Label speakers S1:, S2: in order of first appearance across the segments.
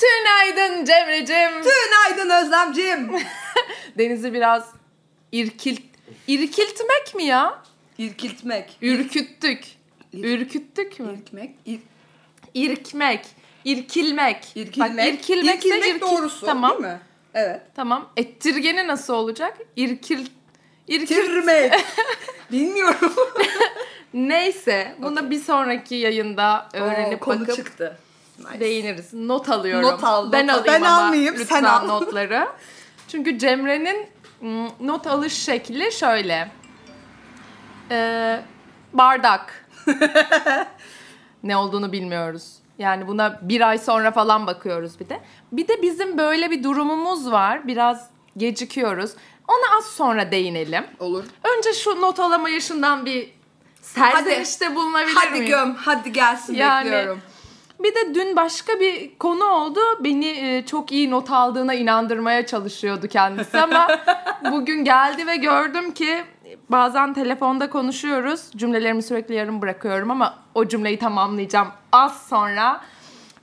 S1: Günaydın Cemre'cim.
S2: Günaydın Özlemciğim.
S1: Deniz'i biraz irkilt... irkiltmek mi ya?
S2: İrkiltmek.
S1: Ürküttük.
S2: İr-
S1: Ürküttük mü?
S2: İrkmek. İr,
S1: İrkmek. irkilmek.
S2: irkilmek.
S1: Bak, irkilmekse
S2: İrkilmek
S1: irkil-
S2: doğrusu
S1: Tamam.
S2: değil mi? Evet.
S1: Tamam. Ettirgeni nasıl olacak? İrkil... İrkil...
S2: Tirmek. Bilmiyorum.
S1: Neyse. Bunu da bir sonraki yayında öğrenip
S2: Oo, konu
S1: bakıp
S2: çıktı. Nice.
S1: değiniriz. Not alıyorum.
S2: Not al,
S1: ben
S2: not al.
S1: alayım
S2: Ben
S1: ama
S2: almayayım, sen
S1: lütfen
S2: al.
S1: notları. Çünkü Cemre'nin mm, not alış şekli şöyle. Ee, bardak. ne olduğunu bilmiyoruz. Yani buna bir ay sonra falan bakıyoruz bir de. Bir de bizim böyle bir durumumuz var. Biraz gecikiyoruz. Ona az sonra değinelim.
S2: Olur.
S1: Önce şu not alama yaşından bir serzenişte bulunabilir
S2: Hadi
S1: miyim?
S2: göm. Hadi gelsin
S1: Yani-
S2: bekliyorum.
S1: Bir de dün başka bir konu oldu. Beni e, çok iyi not aldığına inandırmaya çalışıyordu kendisi ama bugün geldi ve gördüm ki bazen telefonda konuşuyoruz. Cümlelerimi sürekli yarım bırakıyorum ama o cümleyi tamamlayacağım az sonra.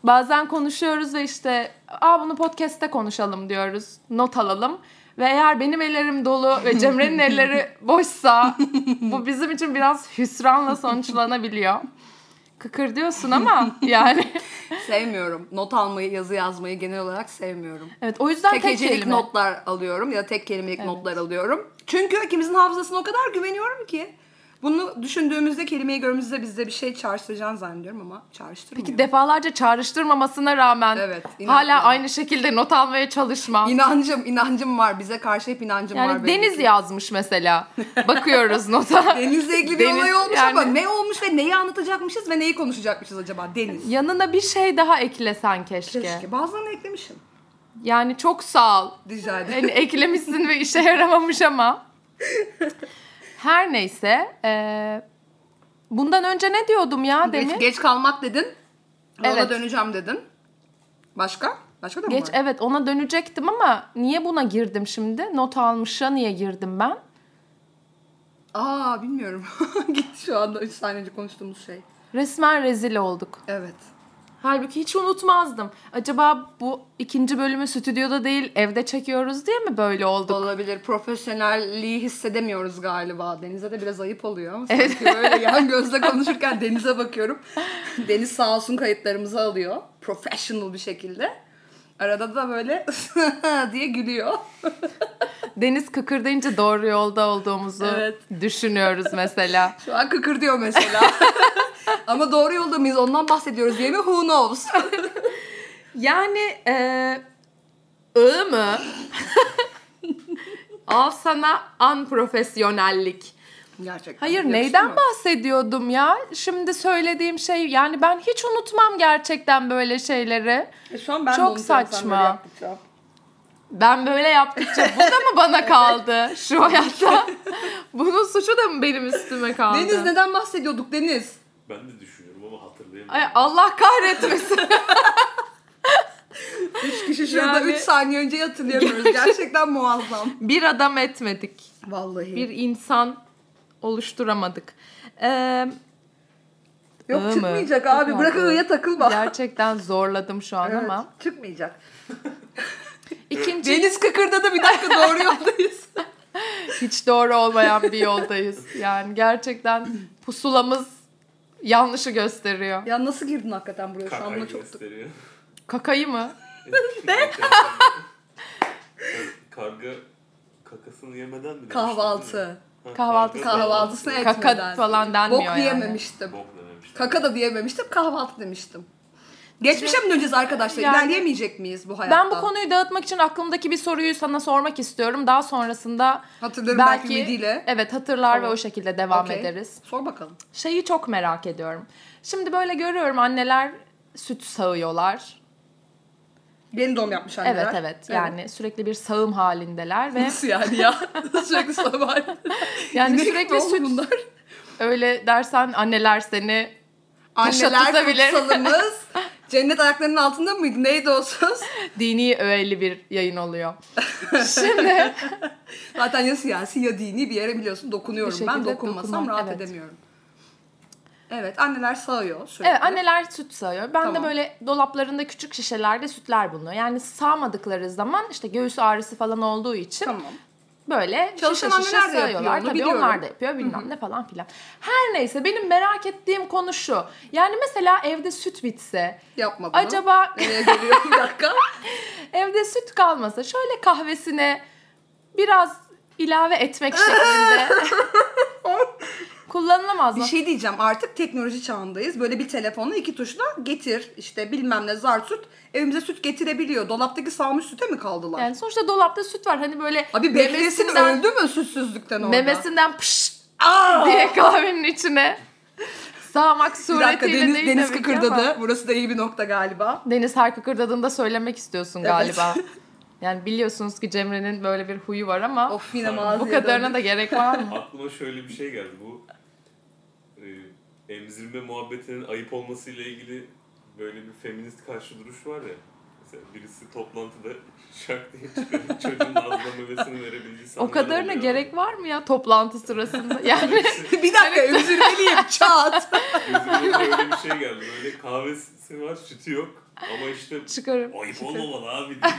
S1: Bazen konuşuyoruz ve işte aa bunu podcast'te konuşalım diyoruz. Not alalım. Ve eğer benim ellerim dolu ve Cemre'nin elleri boşsa bu bizim için biraz hüsranla sonuçlanabiliyor. Kıkır diyorsun ama yani.
S2: Sevmiyorum. Not almayı, yazı yazmayı genel olarak sevmiyorum.
S1: Evet o yüzden tek,
S2: tek hecelik
S1: kelime.
S2: notlar alıyorum ya da tek kelimelik
S1: Evet.
S2: notlar alıyorum. Çünkü ikimizin hafızasına o kadar güveniyorum ki. Bunu düşündüğümüzde kelimeyi gördüğümüzde bizde bir şey çağrıştıracağını zannediyorum ama çağrıştırmıyor.
S1: Ki defalarca çağrıştırmamasına rağmen
S2: Evet, inanmıyorum.
S1: hala aynı şekilde not almaya çalışmam.
S2: İnancım, inancım var. Bize karşı hep inancım var.
S1: yani
S2: benim.
S1: Deniz yazmış mesela. Bakıyoruz nota.
S2: Denizle ilgili bir
S1: Deniz,
S2: olay olmuş
S1: yani-
S2: ama ne olmuş ve neyi anlatacakmışız ve neyi konuşacakmışız acaba Deniz?
S1: Yanına bir şey daha eklesen keşke.
S2: Keşke. Bazılarını eklemişim.
S1: Yani çok sağ ol.
S2: Rica ederim.
S1: Yani eklemişsin ve işe yaramamış ama. Her neyse. e, bundan önce ne diyordum ya
S2: Geç,
S1: demin?
S2: geç kalmak dedin. Evet.
S1: Evet.
S2: Yola döneceğim dedin. Başka? Başka da mı
S1: Geç e-
S2: var?
S1: evet ona dönecektim ama niye buna girdim şimdi? Not almışa niye girdim ben?
S2: Aa bilmiyorum. Gitti şu anda 3 saniye önce konuştuğumuz şey.
S1: Resmen rezil olduk.
S2: Evet.
S1: Halbuki hiç unutmazdım. Acaba bu ikinci bölümü stüdyoda değil evde çekiyoruz diye mi böyle oldu?
S2: Olabilir. Profesyonelliği hissedemiyoruz galiba. Denize de biraz ayıp oluyor. Sanki böyle yan gözle konuşurken denize bakıyorum. Deniz sağ olsun kayıtlarımızı alıyor. Professional bir şekilde. Arada da böyle diye gülüyor.
S1: Deniz kıkırdayınca doğru yolda olduğumuzu
S2: Evet.
S1: düşünüyoruz mesela.
S2: Şu an kıkırdıyor mesela. Ama doğru yolda mıyız ondan bahsediyoruz diye mi? Who knows?
S1: Yani e, ı mı? Al sana unprofesyonellik.
S2: Gerçekten.
S1: Hayır
S2: yakışıyor
S1: neyden
S2: mu?
S1: bahsediyordum ya? Şimdi söylediğim şey yani ben hiç unutmam gerçekten böyle şeyleri.
S2: E, Şu an ben de
S1: Çok
S2: unutuyorum sen böyle
S1: saçma.
S2: yaptıkça.
S1: Ben böyle yaptıkça bu da mı bana kaldı şu hayatta? Bunun suçu da mı benim üstüme kaldı?
S2: Deniz neden bahsediyorduk Deniz?
S3: Ben de düşünüyorum ama hatırlayamıyorum.
S1: Ay Allah kahretmesin.
S2: Üç kişi şurada
S1: Yani-
S2: 3 saniye önce hatırlayamıyoruz. Gerçekten muazzam.
S1: bir adam etmedik.
S2: Vallahi.
S1: Bir insan oluşturamadık. Ee,
S2: Yok
S1: Iı mı?
S2: çıkmayacak
S1: Çok
S2: abi. Bırak
S1: haklı.
S2: öyle takılma.
S1: gerçekten zorladım şu an
S2: Evet,
S1: ama.
S2: Çıkmayacak.
S1: İkinci
S2: Deniz kıkırdadı bir dakika doğru yoldayız.
S1: hiç doğru olmayan bir yoldayız. Yani gerçekten pusulamız yanlışı gösteriyor.
S2: ya nasıl girdin hakikaten buraya? Şu an
S3: Kakayı
S2: buna çok...
S3: gösteriyor.
S1: Kakayı mı?
S3: ne? Karga kakasını yemeden mi? demiştin, değil
S2: Kahvaltı.
S3: mi? Ha,
S1: Kahvaltı-
S3: karga
S2: Kahvaltısını etmeden.
S1: Kaka falan denmiyor
S2: Bok
S1: yani.
S2: diyememiştim.
S3: Bok dememiştim.
S2: Kaka da diyememiştim. Kahvaltı demiştim. Geçmişe mi döneceğiz arkadaşlar?
S1: Yani-
S2: İlerleyemeyecek miyiz bu hayatta?
S1: Ben bu konuyu dağıtmak için aklımdaki bir soruyu sana sormak istiyorum. Daha sonrasında
S2: Hatırlarım belki,
S1: belki-
S2: Midi'yle.
S1: evet hatırlar
S2: Tamam.
S1: ve o şekilde devam
S2: Okey.
S1: ederiz.
S2: Sor bakalım.
S1: Şeyi çok merak ediyorum. Şimdi böyle görüyorum anneler süt sağıyorlar.
S2: Yeni doğum yapmış anneler.
S1: Evet evet yani sürekli bir sağım halindeler ve
S2: Nasıl yani ya? sürekli sabah.
S1: yani
S2: İnek mi
S1: sürekli
S2: oğlum
S1: süt
S2: bunlar?
S1: öyle dersen anneler seni Taşa
S2: Anneler
S1: tutabilir.
S2: kutsalımız. Cennet ayaklarının altında mıydı? Neydi o söz?
S1: dini öğeli bir yayın oluyor. Şimdi
S2: Zaten ya siyasi ya dini bir yere biliyorsun dokunuyorum.
S1: Bir
S2: ben
S1: şekilde
S2: dokunmasam
S1: dokunman,
S2: rahat
S1: evet.
S2: edemiyorum. Evet anneler sağıyor sürekli.
S1: Evet anneler süt sağıyor. Ben
S2: Tamam.
S1: de böyle dolaplarında küçük şişelerde sütler bulunuyor. Yani sağmadıkları zaman işte göğüs ağrısı falan olduğu için
S2: Tamam.
S1: böyle
S2: Çalışan
S1: şişe şişe
S2: anneler de yapıyor,
S1: sağıyorlar.
S2: onu
S1: Tabii
S2: biliyorum.
S1: onlar da yapıyor bilmem ne falan filan. Her neyse benim merak ettiğim konu şu. Yani mesela evde süt bitse
S2: Yapma bunu.
S1: acaba
S2: Nereye geliyor bir dakika?
S1: evde süt kalmasa şöyle kahvesine biraz ilave etmek şeklinde kullanılamaz
S2: bir
S1: mı?
S2: şey diyeceğim artık teknoloji çağındayız. Böyle bir telefonla iki tuşla getir işte bilmem ne zar süt evimize süt getirebiliyor. Dolaptaki sağmış süte mi kaldılar?
S1: Yani sonuçta dolapta süt var. Hani böyle
S2: Abi beklesin
S1: memesinden-
S2: öldü mü sütsüzlükten orada?
S1: memesinden pış
S2: Aa!
S1: diye kahvenin içine sağmak
S2: Bir dakika
S1: suretiyle
S2: deniz,
S1: değil
S2: deniz
S1: tabii ki ama-
S2: kıkırdadı. Burası da iyi bir nokta galiba.
S1: Deniz her kıkırdadığında söylemek istiyorsun
S2: Evet.
S1: galiba. Yani biliyorsunuz ki Cemre'nin böyle bir huyu var ama
S2: Of yine
S3: Bu
S2: maziye
S1: bu kadarına
S2: döndük.
S1: da gerek var mı?
S3: Aklıma şöyle bir şey geldi bu. e, emzirme muhabbetinin ayıp olmasıyla ilgili böyle bir feminist karşı duruş var ya. Mesela birisi toplantıda şak diye çıkarıp çocuğun ağzına memesini verebildiği sahneler
S1: o kadarına
S3: oluyor.
S1: gerek var mı ya toplantı sırasında? Yani
S2: bir dakika emzirmeliyim çat.
S3: Gözüme böyle bir şey geldi. Böyle kahvesi var, sütü yok. Ama işte
S1: çıkarım.
S3: ayıp
S1: Çıkarım.
S3: olmamalı abi diye.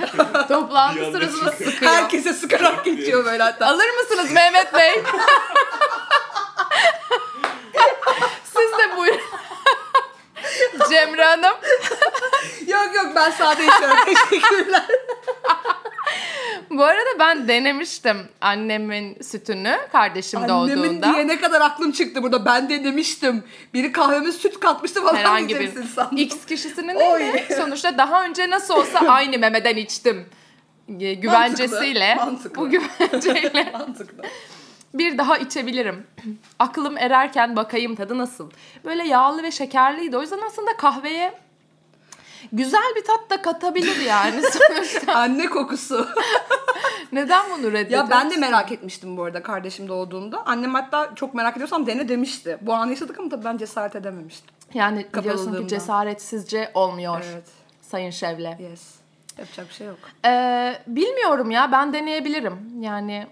S3: Bir
S1: Toplantı
S3: anda
S1: sırasında
S3: çıkıyor.
S1: sıkıyor.
S2: Herkese sıkarak geçiyor böyle hatta.
S1: Alır mısınız Mehmet Bey? Siz de buyurun. Cemre Hanım.
S2: Yok yok ben sade içiyorum teşekkürler.
S1: Bu arada ben denemiştim annemin sütünü kardeşim
S2: Annemin
S1: doğduğunda.
S2: diye ne kadar aklım çıktı burada. Ben de demiştim. Biri kahveme süt katmıştı falan
S1: Herhangi bir
S2: diyeceksin sandım.
S1: X kişisinin
S2: Oy.
S1: değil de sonuçta daha önce nasıl olsa aynı memeden içtim e, güvencesiyle.
S2: mantıklı.
S1: Bu güvenceyle
S2: Mantıklı.
S1: bir daha içebilirim. Aklım ererken bakayım tadı nasıl. Böyle yağlı ve şekerliydi. O yüzden aslında kahveye güzel bir tat da katabilir yani. Sonuçta
S2: Anne kokusu.
S1: Neden bunu reddediyorsun?
S2: ya ben de merak etmiştim bu arada kardeşim doğduğunda. Annem hatta çok merak ediyorsan dene demişti. Bu anı yaşadık ama tabii ben cesaret edememiştim.
S1: Yani biliyorsun
S2: Kapalılığımdan.
S1: ki cesaretsizce olmuyor
S2: Evet.
S1: Sayın Şevle.
S2: Yes. Yapacak bir şey yok.
S1: Ee, bilmiyorum ya ben deneyebilirim. Yani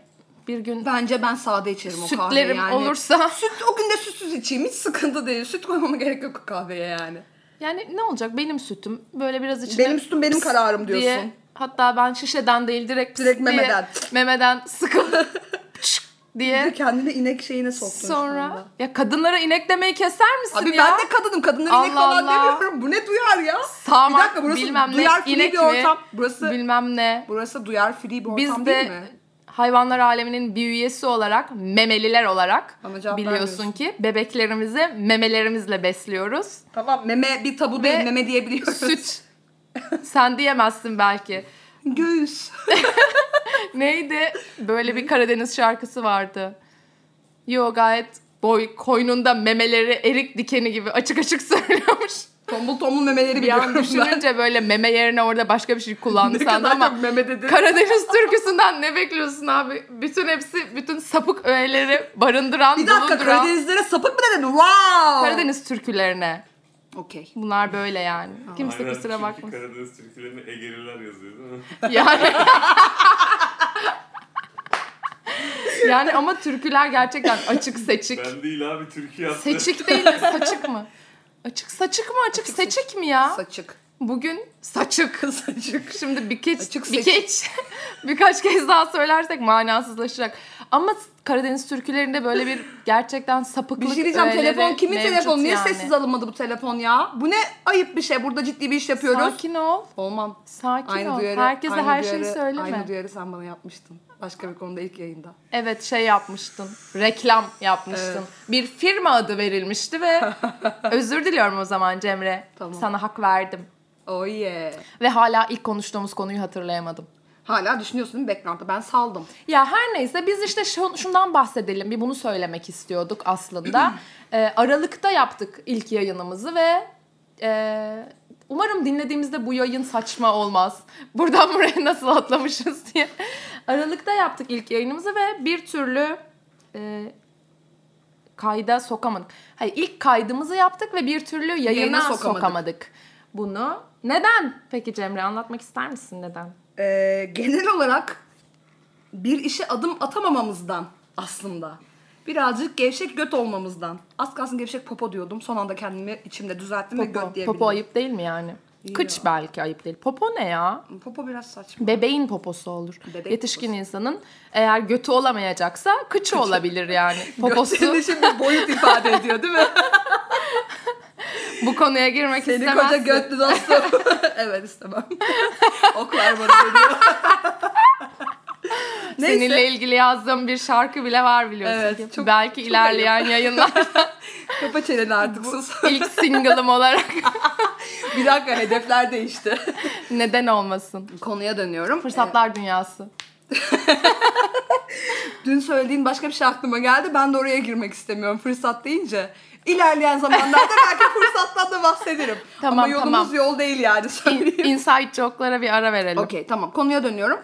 S1: bir gün
S2: Bence ben sade içerim o kahveyi
S1: sütlerim
S2: yani.
S1: olursa
S2: Süt, o gün de sütsüz içeyim. Hiç sıkıntı değil. Süt koymama gerek yok kahveye yani.
S1: yani ne olacak benim sütüm böyle biraz içine
S2: Benim sütüm benim
S1: pıs
S2: kararım diyorsun.
S1: diye hatta ben şişeden değil direkt pıs
S2: Direkt
S1: diye,
S2: memeden.
S1: memeden sıkı çık
S2: Bir de
S1: diye
S2: kendini inek şeyine soktun. şu
S1: sonra
S2: anda.
S1: ya kadınlara inek demeyi keser misin
S2: Abi
S1: ya?
S2: ben de kadınım. Kadınlara inek
S1: Allah
S2: falan
S1: Allah.
S2: demiyorum. Bu ne duyar ya?
S1: Sağmak,
S2: bir dakika burası
S1: bilmem
S2: duyar
S1: ne,
S2: free
S1: inek
S2: bir
S1: mi?
S2: ortam. Burası
S1: bilmem ne.
S2: burası duyar free bir ortam
S1: Biz
S2: değil
S1: de
S2: mi?
S1: hayvanlar aleminin bir üyesi olarak memeliler olarak
S2: Bana cevap
S1: biliyorsun
S2: vermiyorsun.
S1: ki bebeklerimizi memelerimizle besliyoruz.
S2: Tamam meme bir tabu değil meme diyebiliyoruz.
S1: Süt. Sen diyemezsin belki.
S2: Göğüs.
S1: Neydi? Böyle bir Karadeniz şarkısı vardı. Yo gayet boy koynunda memeleri erik dikeni gibi açık açık söylüyormuş.
S2: Tombul tombul memeleri
S1: Bir an
S2: biliyorum ben.
S1: düşününce böyle meme yerine orada başka bir şey kullandı
S2: Ne
S1: sandım
S2: kadar
S1: ama
S2: çok meme dedi.
S1: Karadeniz türküsünden ne bekliyorsun abi? Bütün hepsi bütün sapık öğeleri barındıran,
S2: bir dakika
S1: bulunduran
S2: Karadenizlere sapık mı dedin? Wow.
S1: Karadeniz türkülerine.
S2: Okey.
S1: Bunlar böyle yani. Kimse
S3: Aynen,
S1: kusura
S3: çünkü
S1: bakmasın.
S3: Karadeniz türkülerini Egeriler yazıyor değil mi?
S1: Yani Yani ama türküler gerçekten açık seçik.
S3: ben değil abi Türkiye yaptı.
S1: Seçik değil mi? Saçık mı? Açık saçık mı? Açık,
S2: Açık
S1: seçik mi ya?
S2: Saçık.
S1: Bugün saçık.
S2: Saçık.
S1: Şimdi bir keç,
S2: Açık
S1: bir
S2: seçik.
S1: keç- birkaç kez daha söylersek manasızlaşacak. Ama Karadeniz türkülerinde böyle bir gerçekten sapıklık
S2: Bir şey diyeceğim
S1: öğeleri
S2: telefon kimin
S1: mevcut
S2: telefonu? Niye
S1: yani.
S2: sessiz alınmadı bu telefon ya? Bu ne ayıp bir şey. Burada ciddi bir iş yapıyoruz.
S1: Sakin ol.
S2: Olmam.
S1: Sakin
S2: Aynı
S1: ol.
S2: duyarı.
S1: Herkese
S2: aynı
S1: her
S2: duyarı-
S1: şeyi söyleme.
S2: Aynı duyarı sen bana yapmıştın. Başka bir konuda ilk yayında.
S1: Evet şey yapmıştın. Reklam yapmıştın.
S2: Evet.
S1: Bir firma adı verilmişti ve özür diliyorum o zaman Cemre.
S2: Tamam.
S1: Sana hak verdim.
S2: Oh yeah.
S1: Ve hala ilk konuştuğumuz konuyu hatırlayamadım.
S2: Hala düşünüyorsun değil mi background'da? Ben saldım.
S1: Ya her neyse biz işte şu- şundan bahsedelim. Bir bunu söylemek istiyorduk aslında. Ee, Aralık'ta yaptık ilk yayınımızı ve e, umarım dinlediğimizde bu yayın saçma olmaz. Buradan buraya nasıl atlamışız diye. Aralık'ta yaptık ilk yayınımızı ve bir türlü e, kayda sokamadık. Hayır ilk kaydımızı yaptık ve bir türlü yayına,
S2: Yayına sokamadık.
S1: sokamadık. bunu. Neden? Peki Cemre anlatmak ister misin neden?
S2: Ee, genel olarak bir işe adım atamamamızdan aslında. Birazcık gevşek göt olmamızdan. Az kalsın gevşek popo diyordum. Son anda kendimi içimde düzelttim ve göt
S1: Popo,
S2: diyebildim.
S1: popo ayıp değil mi yani?
S2: Yo.
S1: Kıç belki ayıp değil. Popo ne ya?
S2: Popo biraz saçma.
S1: Bebeğin poposu olur.
S2: Bebek
S1: Yetişkin
S2: poposu.
S1: insanın eğer götü olamayacaksa kıçı, olabilir yani. Poposu
S2: Götün şimdi boyut ifade ediyor değil mi?
S1: bu konuya girmek
S2: Seni
S1: istemezsin.
S2: koca götlü dostum. evet istemem. Oklar bana dönüyor. Neyse.
S1: Seninle ilgili yazdığım bir şarkı bile var biliyorsun
S2: Evet,
S1: ki.
S2: çok-
S1: Belki
S2: çok
S1: ilerleyen yayınlar
S2: Kapa çeneni artık sus.
S1: ilk single'ım olarak
S2: Bir dakika hedefler değişti.
S1: neden olmasın?
S2: Konuya dönüyorum.
S1: Fırsatlar dünyası.
S2: Ee, dün söylediğin başka bir şey aklıma geldi. Ben de oraya girmek istemiyorum fırsat deyince. İlerleyen zamanlarda belki fırsattan da bahsederim.
S1: Tamam,
S2: Ama yolumuz
S1: tamam.
S2: yol değil yani söyleyeyim.
S1: Inside joke'lara bir ara verelim.
S2: Okey tamam konuya dönüyorum.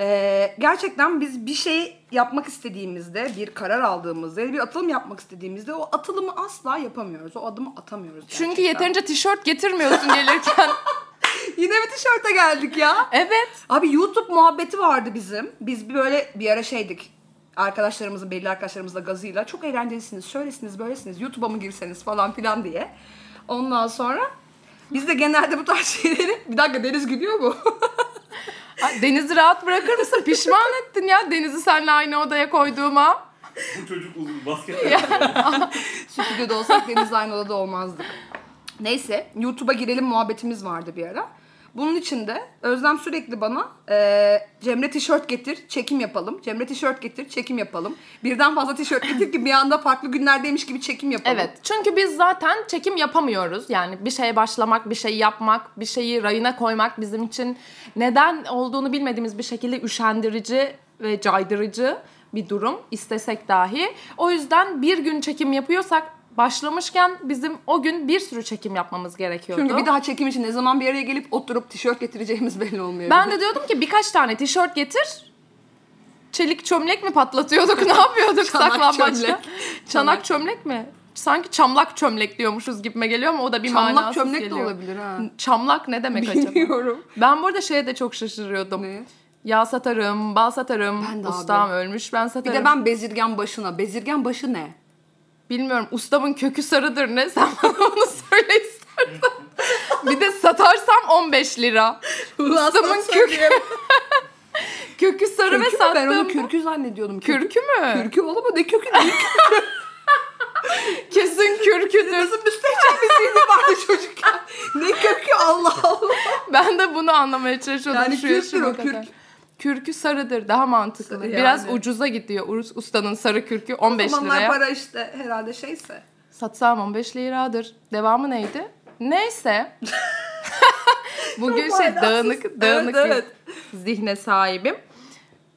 S2: Ee, gerçekten biz bir şey yapmak istediğimizde, bir karar aldığımızda, bir atılım yapmak istediğimizde o atılımı asla yapamıyoruz. O adımı atamıyoruz.
S1: Çünkü
S2: gerçekten.
S1: yeterince tişört getirmiyorsun gelirken.
S2: Yine bir tişörte geldik ya.
S1: evet.
S2: Abi YouTube muhabbeti vardı bizim. Biz bir böyle bir ara şeydik. Arkadaşlarımızın, belli arkadaşlarımızla gazıyla çok eğlencelisiniz, şöylesiniz, böylesiniz, YouTube'a mı girseniz falan filan diye. Ondan sonra biz de genelde bu tarz şeyleri... Bir dakika Deniz gülüyor mu?
S1: Ay, Deniz'i rahat bırakır mısın? Pişman ettin ya Deniz'i seninle aynı odaya koyduğuma.
S3: Bu çocuk uzun basket oynuyor.
S2: Stüdyoda olsak Deniz'le aynı odada olmazdık. Neyse YouTube'a girelim muhabbetimiz vardı bir ara. Bunun için de Özlem sürekli bana e, Cemre tişört getir, çekim yapalım. Cemre tişört getir, çekim yapalım. Birden fazla tişört getir ki bir anda farklı günlerdeymiş gibi çekim yapalım.
S1: Evet. Çünkü biz zaten çekim yapamıyoruz. Yani bir şeye başlamak, bir şey yapmak, bir şeyi rayına koymak bizim için neden olduğunu bilmediğimiz bir şekilde üşendirici ve caydırıcı bir durum istesek dahi. O yüzden bir gün çekim yapıyorsak başlamışken bizim o gün bir sürü çekim yapmamız gerekiyordu.
S2: Çünkü bir daha çekim için ne zaman bir araya gelip oturup tişört getireceğimiz belli olmuyor.
S1: Ben de diyordum ki birkaç tane tişört getir. Çelik çömlek mi patlatıyorduk? Ne yapıyorduk
S2: Çanak
S1: saklambaçta?
S2: çömlek.
S1: Çanak çömlek mi? Sanki çamlak çömlek diyormuşuz gibime geliyor ama o da bir
S2: Çamlak
S1: manasız
S2: çömlek de
S1: geliyor.
S2: olabilir ha.
S1: Çamlak ne demek acaba?
S2: Bilmiyorum.
S1: Ben burada şeye de çok şaşırıyordum.
S2: Ne?
S1: Yağ satarım, bal satarım,
S2: Ben de abi.
S1: ustam ölmüş ben
S2: Bir
S1: satarım.
S2: de ben bezirgen başına. Bezirgen başı ne?
S1: Bilmiyorum ustamın kökü sarıdır ne sen bana onu söyle istersen. bir de satarsam 15 lira. Ustamın kökü, kökü sarı ve
S2: Kürkü mü? Ben onu
S1: sattığım
S2: kürkü zannediyordum. Kürkü,
S1: Kürkü mü?
S2: kürkü oğlum o ne kökü değil.
S1: Kesin kürküdür.
S2: Nasıl müstehcen bir zihni vardı çocukken. Ne kökü Allah Allah.
S1: Ben de bunu anlamaya çalışıyordum
S2: Yani
S1: şu
S2: kürktür
S1: yaşıma
S2: o,
S1: kadar.
S2: kürk.
S1: Kürkü sarıdır daha mantıklı.
S2: Sarı
S1: Biraz
S2: yani.
S1: ucuza gidiyor Urus ustanın sarı kürkü 15
S2: Zamanlar
S1: liraya.
S2: para işte herhalde şeyse.
S1: Satsam 15 liradır. Devamı neydi? Neyse. Bugün
S2: Çok
S1: şey
S2: manasız.
S1: dağınık dağınık
S2: Evet, evet.
S1: bir zihne sahibim.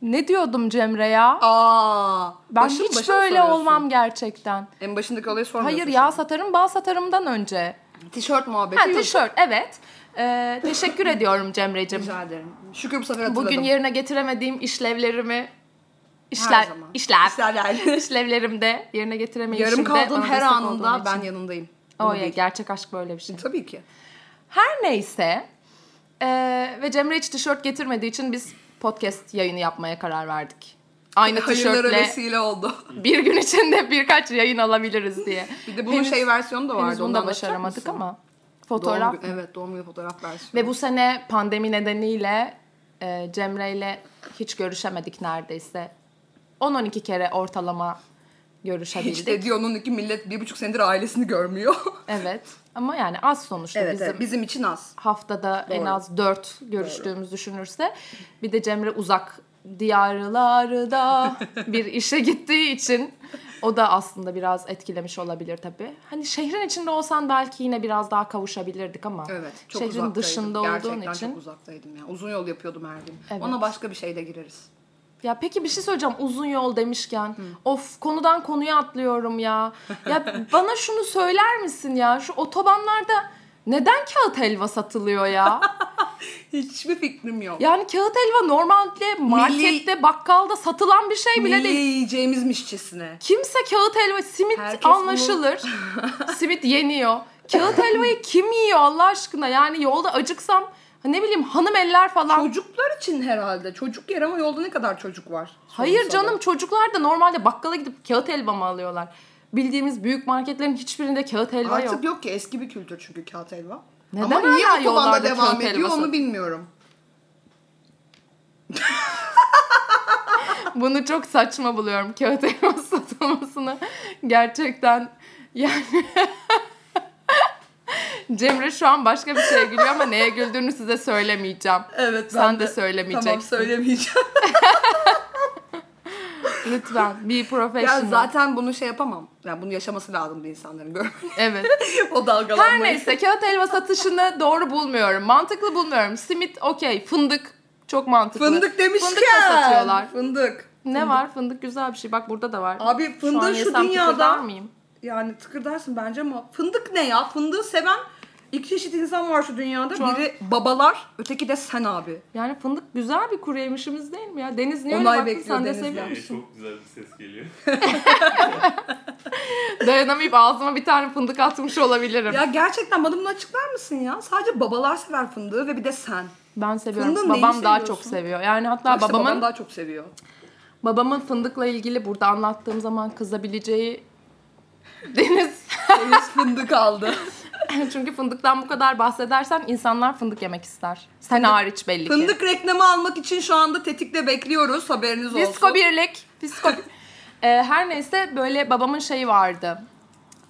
S1: Ne diyordum Cemre ya?
S2: Aa.
S1: Ben
S2: başın
S1: hiç
S2: başına
S1: böyle
S2: soruyorsun. şey?
S1: olmam gerçekten.
S2: En başındaki olayı sormuyorsun.
S1: Hayır yağ satarım bal satarımdan önce.
S2: Tişört muhabbeti.
S1: Ha
S2: yok.
S1: tişört evet. Ee, teşekkür ediyorum Cemre'cim.
S2: Rica ederim. Şükür bu sefer hatırladım.
S1: Bugün yerine getiremediğim işlevlerimi işler
S2: Her zaman.
S1: işler
S2: İşler yani.
S1: işlevlerimde yerine getiremeyişimde
S2: Yarım kaldığın
S1: ona
S2: her
S1: destek olduğum
S2: anında
S1: için. Oh,
S2: ben yanındayım.
S1: o
S2: Bunu
S1: ya
S2: bil.
S1: gerçek aşk böyle bir şey.
S2: Tabii ki.
S1: Her neyse eee, ve Cemre hiç tişört getirmediği için biz podcast yayını yapmaya karar verdik. Aynı
S2: Hayırlara
S1: tişörtle
S2: vesile oldu.
S1: bir gün içinde birkaç yayın alabiliriz diye.
S2: Bir de bunun
S1: Henüz-
S2: şey versiyonu da vardı.
S1: henüz bunu
S2: onu
S1: da
S2: anlatacak
S1: başaramadık
S2: mısın?
S1: ama
S2: Doğum
S1: fotoğraf
S2: gün- evet doğum günü fotoğraf versiyonu.
S1: Ve bu sene pandemi nedeniyle e, Cemre ile hiç görüşemedik neredeyse. 10-12 kere ortalama görüşebildik.
S2: Hiç de diyor onun iki millet bir buçuk senedir ailesini görmüyor.
S1: Evet ama yani az sonuçta bizim
S2: bizim için az.
S1: haftada en
S2: Doğru.
S1: az 4 görüştüğümüz düşünürse. Bir de Cemre uzak diyarlarda bir işe gittiği için o da aslında biraz etkilemiş olabilir tabii. Hani şehrin içinde olsan belki yine biraz daha kavuşabilirdik ama
S2: Evet. Çok
S1: şehrin
S2: uzaktaydım.
S1: dışında olduğun
S2: Gerçekten
S1: için
S2: çok uzaktaydım ya. Uzun yol yapıyordum her gün.
S1: Evet.
S2: Ona başka bir şeyle gireriz.
S1: Ya peki bir şey söyleyeceğim uzun yol demişken. Of konudan konuya atlıyorum ya. Ya bana şunu söyler misin ya? Şu otobanlarda neden kağıt helva satılıyor ya?
S2: Hiçbir fikrim yok.
S1: Yani kağıt helva normalde markette, bakkalda satılan bir şey bile
S2: Milli
S1: değil.
S2: yiyeceğimizmişçesine.
S1: Kimse kağıt helva, simit
S2: Herkes bunu-
S1: anlaşılır. simit yeniyor. Kağıt helvayı kim yiyor Allah aşkına? Yani yolda acıksam Ne bileyim hanım eller falan.
S2: Çocuklar için herhalde. Çocuk yer ama yolda ne kadar çocuk var?
S1: Hayır
S2: Sorumsal.
S1: canım çocuklar da normalde bakkala gidip kağıt elba mı alıyorlar? Bildiğimiz büyük marketlerin hiçbirinde kağıt elba
S2: Artık
S1: yok.
S2: yok. ki eski bir kültür çünkü kağıt elva.
S1: Neden
S2: ama niye
S1: hala
S2: otobanda
S1: yollarda
S2: devam
S1: kağıt
S2: ediyor
S1: helvası?
S2: onu bilmiyorum.
S1: Bunu çok saçma buluyorum. Kağıt elma satılmasını gerçekten yani... Cemre şu an başka bir şeye gülüyor ama neye güldüğünü size söylemeyeceğim.
S2: Evet
S1: Sen de söylemeyeceksin.
S2: Tamam söylemeyeceğim.
S1: Lütfen bir
S2: ya
S1: professional.
S2: zaten bunu şey yapamam. Yani bunu yaşaması lazım bir insanların görmesi.
S1: Evet.
S2: o
S1: Her
S2: dalgalanmayı.
S1: neyse kağıt helva satışını doğru bulmuyorum. Mantıklı bulmuyorum. Simit okey. Fındık çok mantıklı.
S2: Fındık demişken.
S1: Fındık da satıyorlar.
S2: Fındık.
S1: Ne var? Fındık güzel bir şey. Bak burada da var.
S2: Abi fındığı
S1: an
S2: şu
S1: yesem
S2: dünyada-
S1: tıkırdar mıyım?
S2: Yani tıkırdarsın bence ama fındık ne ya? Fındığı seven iki çeşit insan var şu dünyada.
S1: Şu an-
S2: Biri babalar, öteki de sen abi.
S1: Yani fındık güzel bir kuru yemişimiz değil mi ya? Deniz niye öyle
S2: Onay
S1: baktın
S2: bekliyor
S1: sen de
S2: Deniz'den.
S1: seviyor
S3: Ee,
S1: musun?
S3: çok güzel bir ses geliyor.
S1: Dayanamayıp ağzıma bir tane fındık atmış olabilirim.
S2: Ya gerçekten bana bunu açıklar mısın ya? Sadece babalar sever fındığı ve bir de sen.
S1: ben seviyorum.
S2: Fındığın
S1: Babam
S2: neyi
S1: daha
S2: seviyorsun?
S1: çok seviyor. Yani hatta
S2: Bak işte
S1: babamın
S2: babam daha çok seviyor.
S1: babamın fındıkla ilgili burada anlattığım zaman kızabileceği Deniz.
S2: Deniz fındık aldı.
S1: Çünkü fındıktan bu kadar bahsedersen insanlar fındık yemek ister. Sen hariç belli ki.
S2: fındık reklamı almak için şu anda tetikte bekliyoruz. Haberiniz olsun.
S1: Fisko birlik. Fisko. Ee, her neyse böyle babamın şeyi vardı.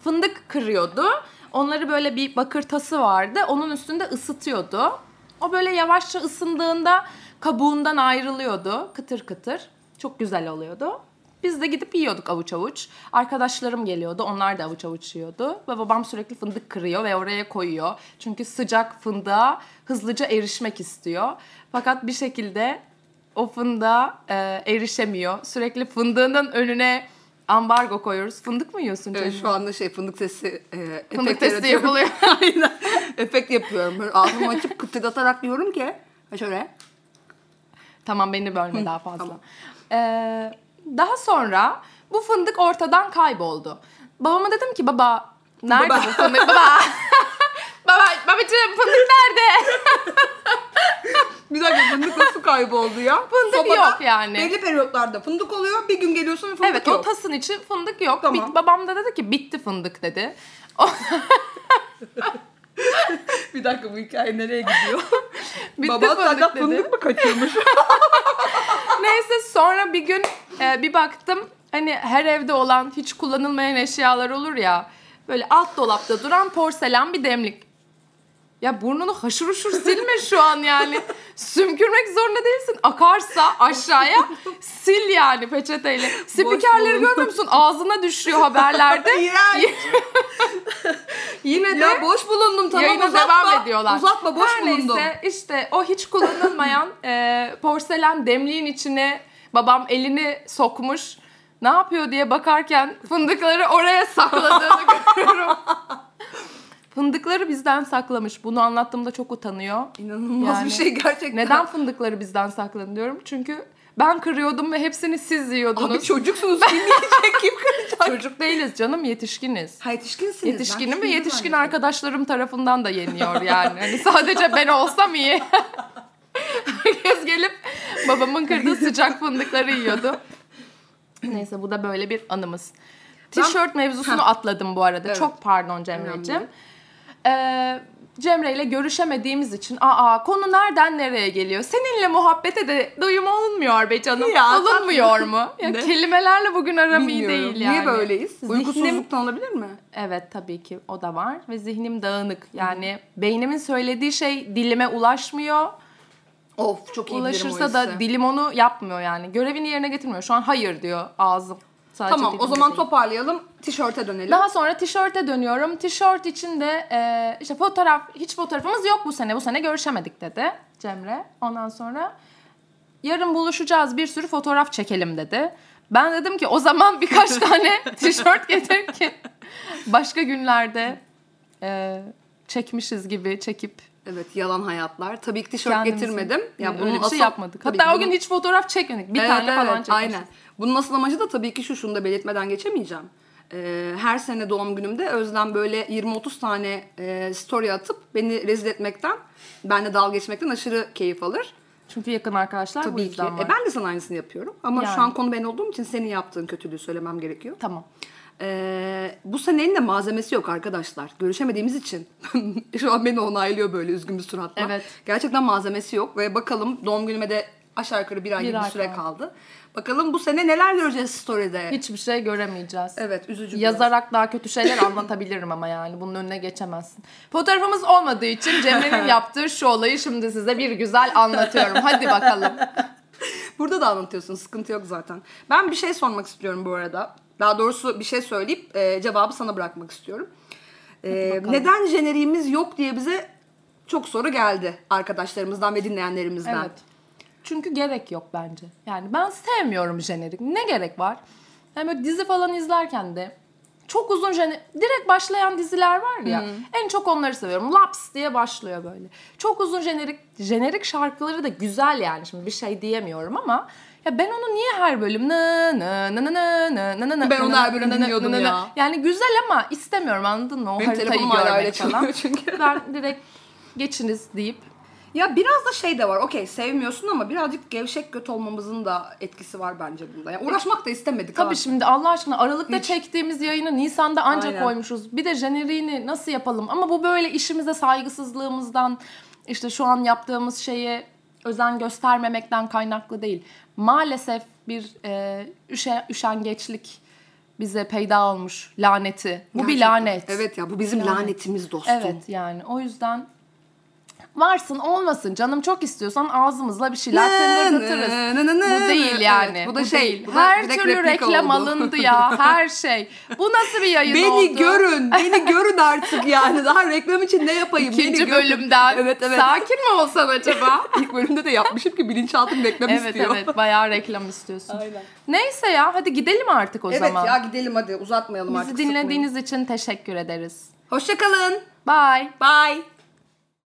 S1: Fındık kırıyordu. Onları böyle bir bakır tası vardı. Onun üstünde ısıtıyordu. O böyle yavaşça ısındığında kabuğundan ayrılıyordu. Kıtır kıtır. Çok güzel oluyordu. Biz de gidip yiyorduk avuç avuç. Arkadaşlarım geliyordu. Onlar da avuç avuç yiyordu. Ve babam sürekli fındık kırıyor ve oraya koyuyor. Çünkü sıcak fındığa hızlıca erişmek istiyor. Fakat bir şekilde o fındığa e, erişemiyor. Sürekli fındığının önüne ambargo koyuyoruz. Fındık mı yiyorsun canım?
S2: Evet, şu anda şey fındık sesi e,
S1: fındık
S2: efekt
S1: testi
S2: yaratıyorum.
S1: yapılıyor.
S2: Aynen. Efekt yapıyorum. Böyle ağzımı açıp kıtırdatarak diyorum ki. Şöyle.
S1: tamam beni bölme daha fazla.
S2: tamam.
S1: E, daha sonra bu fındık ortadan kayboldu. Babama dedim ki baba nerede
S2: Baba."
S1: bu fındık? Baba. baba babacığım fındık nerede?
S2: Bir dakika fındık nasıl kayboldu ya?
S1: Fındık yok yani.
S2: Belli periyotlarda fındık oluyor. Bir gün geliyorsun ve fındık
S1: evet
S2: yok.
S1: o tasın içi fındık yok.
S2: Tamam.
S1: Bit- babam da dedi ki bitti fındık dedi.
S2: Bir dakika bu hikaye nereye gidiyor?
S1: Bitti
S2: Baba
S1: fındık
S2: senden
S1: dedi.
S2: fındık mı kaçırmış?
S1: Neyse sonra bir gün e, bir baktım hani her evde olan hiç kullanılmayan eşyalar olur ya. Böyle alt dolapta duran porselen bir demlik. Ya burnunu haşır uşur silme şu an yani. Sümkürmek zorunda değilsin. Akarsa aşağıya sil yani peçeteyle. Spikerleri
S2: bulun.
S1: görmüyor musun? Ağzına düşüyor haberlerde.
S2: İğrenç.
S1: Yine de
S2: ya boş bulundum tamam
S1: yayına
S2: uzatma.
S1: devam ediyorlar.
S2: Uzatma boş
S1: Her
S2: bulundum.
S1: neyse işte o hiç kullanılmayan e, porselen demliğin içine babam elini sokmuş. Ne yapıyor diye bakarken fındıkları oraya sakladığını görüyorum. Fındıkları bizden saklamış. Bunu anlattığımda çok utanıyor.
S2: İnanılmaz
S1: Yani.
S2: bir şey gerçekten.
S1: Neden fındıkları bizden sakladın diyorum. Çünkü ben kırıyordum ve hepsini siz yiyordunuz.
S2: Abi çocuksunuz kim yiyecek kim kıracak?
S1: Çocuk değiliz canım yetişkiniz.
S2: Ha yetişkinsiniz.
S1: Yetişkinim ve
S2: Ben
S1: yetişkin
S2: zannettim.
S1: arkadaşlarım tarafından da yeniyor yani. Hani sadece ben olsam iyi. Herkes gelip babamın kırdığı sıcak fındıkları yiyordu. Neyse bu da böyle bir anımız.
S2: Ben-
S1: Tişört mevzusunu atladım bu arada.
S2: Evet.
S1: Çok pardon Cemre'cim. Ee, Cemre ile görüşemediğimiz için aa konu nereden nereye geliyor? Seninle muhabbete de doyum olunmuyor be canım.
S2: Ya,
S1: Olunmuyor mu? Ya,
S2: Ne?
S1: kelimelerle bugün aram iyi
S2: Bilmiyorum.
S1: değil yani.
S2: Niye böyleyiz?
S1: Zihnim-
S2: Uykusuzluktan olabilir mi?
S1: Evet tabii ki o da var ve zihnim dağınık. Yani beynimin söylediği şey dilime ulaşmıyor.
S2: Of çok iyi bilirim o
S1: Ulaşırsa da
S2: hissi.
S1: dilim onu yapmıyor yani. Görevini yerine getirmiyor. Şu an hayır diyor ağzım. Sadece
S2: Tamam o
S1: dilimle
S2: zaman
S1: değil.
S2: toparlayalım. Tişörte dönelim.
S1: Daha sonra tişörte dönüyorum. Tişört için de e, işte fotoğraf, hiç fotoğrafımız yok bu sene. Bu sene görüşemedik dedi Cemre. Ondan sonra yarın buluşacağız bir sürü fotoğraf çekelim dedi. Ben dedim ki o zaman birkaç tane tişört getir ki başka günlerde e, çekmişiz gibi çekip
S2: Evet yalan hayatlar. Tabii ki tişört
S1: kendimizi-
S2: getirmedim.
S1: Yani
S2: bunun
S1: öyle bir şey
S2: asıl-
S1: yapmadık.
S2: Tabii
S1: Hatta o
S2: bunun-
S1: gün hiç fotoğraf çekmedik. Bir
S2: Evet,
S1: tane
S2: evet,
S1: falan çekmişiz.
S2: Aynen. Bunun asıl amacı da tabii ki şu şunu da belirtmeden geçemeyeceğim. Ee, her sene doğum günümde Özlem böyle 20-30 tane e, story atıp beni rezil etmekten, benle dalga geçmekten aşırı keyif alır.
S1: Çünkü yakın arkadaşlar bu
S2: Tabii ki.
S1: yüzden var.
S2: E, ben de sana aynısını yapıyorum. Ama
S1: Yani.
S2: şu an konu ben olduğum için senin yaptığın kötülüğü söylemem gerekiyor.
S1: Tamam.
S2: Ee, bu senenin de malzemesi yok arkadaşlar. Görüşemediğimiz için. Şu an beni onaylıyor böyle üzgün bir suratla.
S1: Evet.
S2: Gerçekten malzemesi yok ve bakalım doğum günüme de aşağı yukarı bir ay
S1: Bir
S2: gibi bir
S1: ay
S2: süre
S1: kaldı.
S2: kaldı. Bakalım bu sene neler göreceğiz story'de.
S1: Hiçbir şey göremeyeceğiz.
S2: Evet üzücü. biraz.
S1: Yazarak daha kötü şeyler anlatabilirim ama yani bunun önüne geçemezsin. Fotoğrafımız olmadığı için Cemre'nin yaptığı şu olayı şimdi size bir güzel anlatıyorum. Hadi bakalım.
S2: Burada da anlatıyorsun sıkıntı yok zaten. Ben bir şey sormak istiyorum bu arada. Daha doğrusu bir şey söyleyip e, cevabı sana bırakmak istiyorum. E,
S1: bakalım.
S2: neden jeneriğimiz yok diye bize çok soru geldi arkadaşlarımızdan ve dinleyenlerimizden.
S1: Evet. Çünkü gerek yok bence. Yani ben sevmiyorum jenerik. Ne gerek var? Yani böyle dizi falan izlerken de çok uzun jenerik. Direkt başlayan diziler var ya.
S2: Hmm.
S1: En çok onları seviyorum. Laps diye başlıyor böyle. Çok uzun jenerik. Jenerik şarkıları da güzel yani. Şimdi bir şey diyemiyorum ama ya ben onu niye her bölüm nı nı nı nı nı nı nı nı nı
S2: Ben onu
S1: nı
S2: her bölüm
S1: nı nı
S2: dinliyordum
S1: nı nı.
S2: ya.
S1: Yani güzel ama istemiyorum anladın mı? O
S2: Benim
S1: haritayı
S2: telefonum hala öyle
S1: görmek falan.
S2: çalıyor çünkü.
S1: Ben direkt geçiniz deyip
S2: Ya biraz da şey de var. Okey sevmiyorsun ama birazcık gevşek göt olmamızın da etkisi var bence bunda. Yani uğraşmak da istemedik.
S1: Tabii
S2: abi.
S1: şimdi Allah aşkına Aralık'ta çektiğimiz yayını Nisan'da ancak
S2: Aynen.
S1: koymuşuz. Bir de jeneriğini nasıl yapalım? Ama bu böyle işimize saygısızlığımızdan işte şu an yaptığımız şeye özen göstermemekten kaynaklı değil. Maalesef bir e, üşe, üşengeçlik bize peyda olmuş laneti. Bu bir
S2: Gerçekten.
S1: lanet.
S2: Evet ya bu bizim
S1: Lanet.
S2: lanetimiz dostum.
S1: Evet yani o yüzden varsın olmasın canım çok istiyorsan ağzımızla bir şeyler tınırdatırız. Bu değil yani.
S2: Evet,
S1: bu da şey. Değil.
S2: bu da
S1: her
S2: direkt
S1: türlü
S2: replika
S1: reklam
S2: oldu.
S1: alındı ya. Her şey. Bu nasıl bir yayın
S2: Beni
S1: oldu?
S2: görün, beni görün artık yani. Daha reklam için ne yapayım? beni
S1: İkinci
S2: görün.
S1: bölümden.
S2: Evet, evet.
S1: Sakin mi olsan acaba?
S2: İlk bölümde de yapmışım ki bilinçaltım reklam
S1: evet
S2: istiyor.
S1: evet. Bayağı reklam istiyorsun.
S2: Aynen.
S1: Neyse ya. Hadi gidelim artık o
S2: Evet
S1: zaman.
S2: ya gidelim hadi uzatmayalım
S1: Bizi
S2: artık.
S1: dinlediğiniz için teşekkür ederiz.
S2: Hoşçakalın.
S1: Bye.
S2: Bye.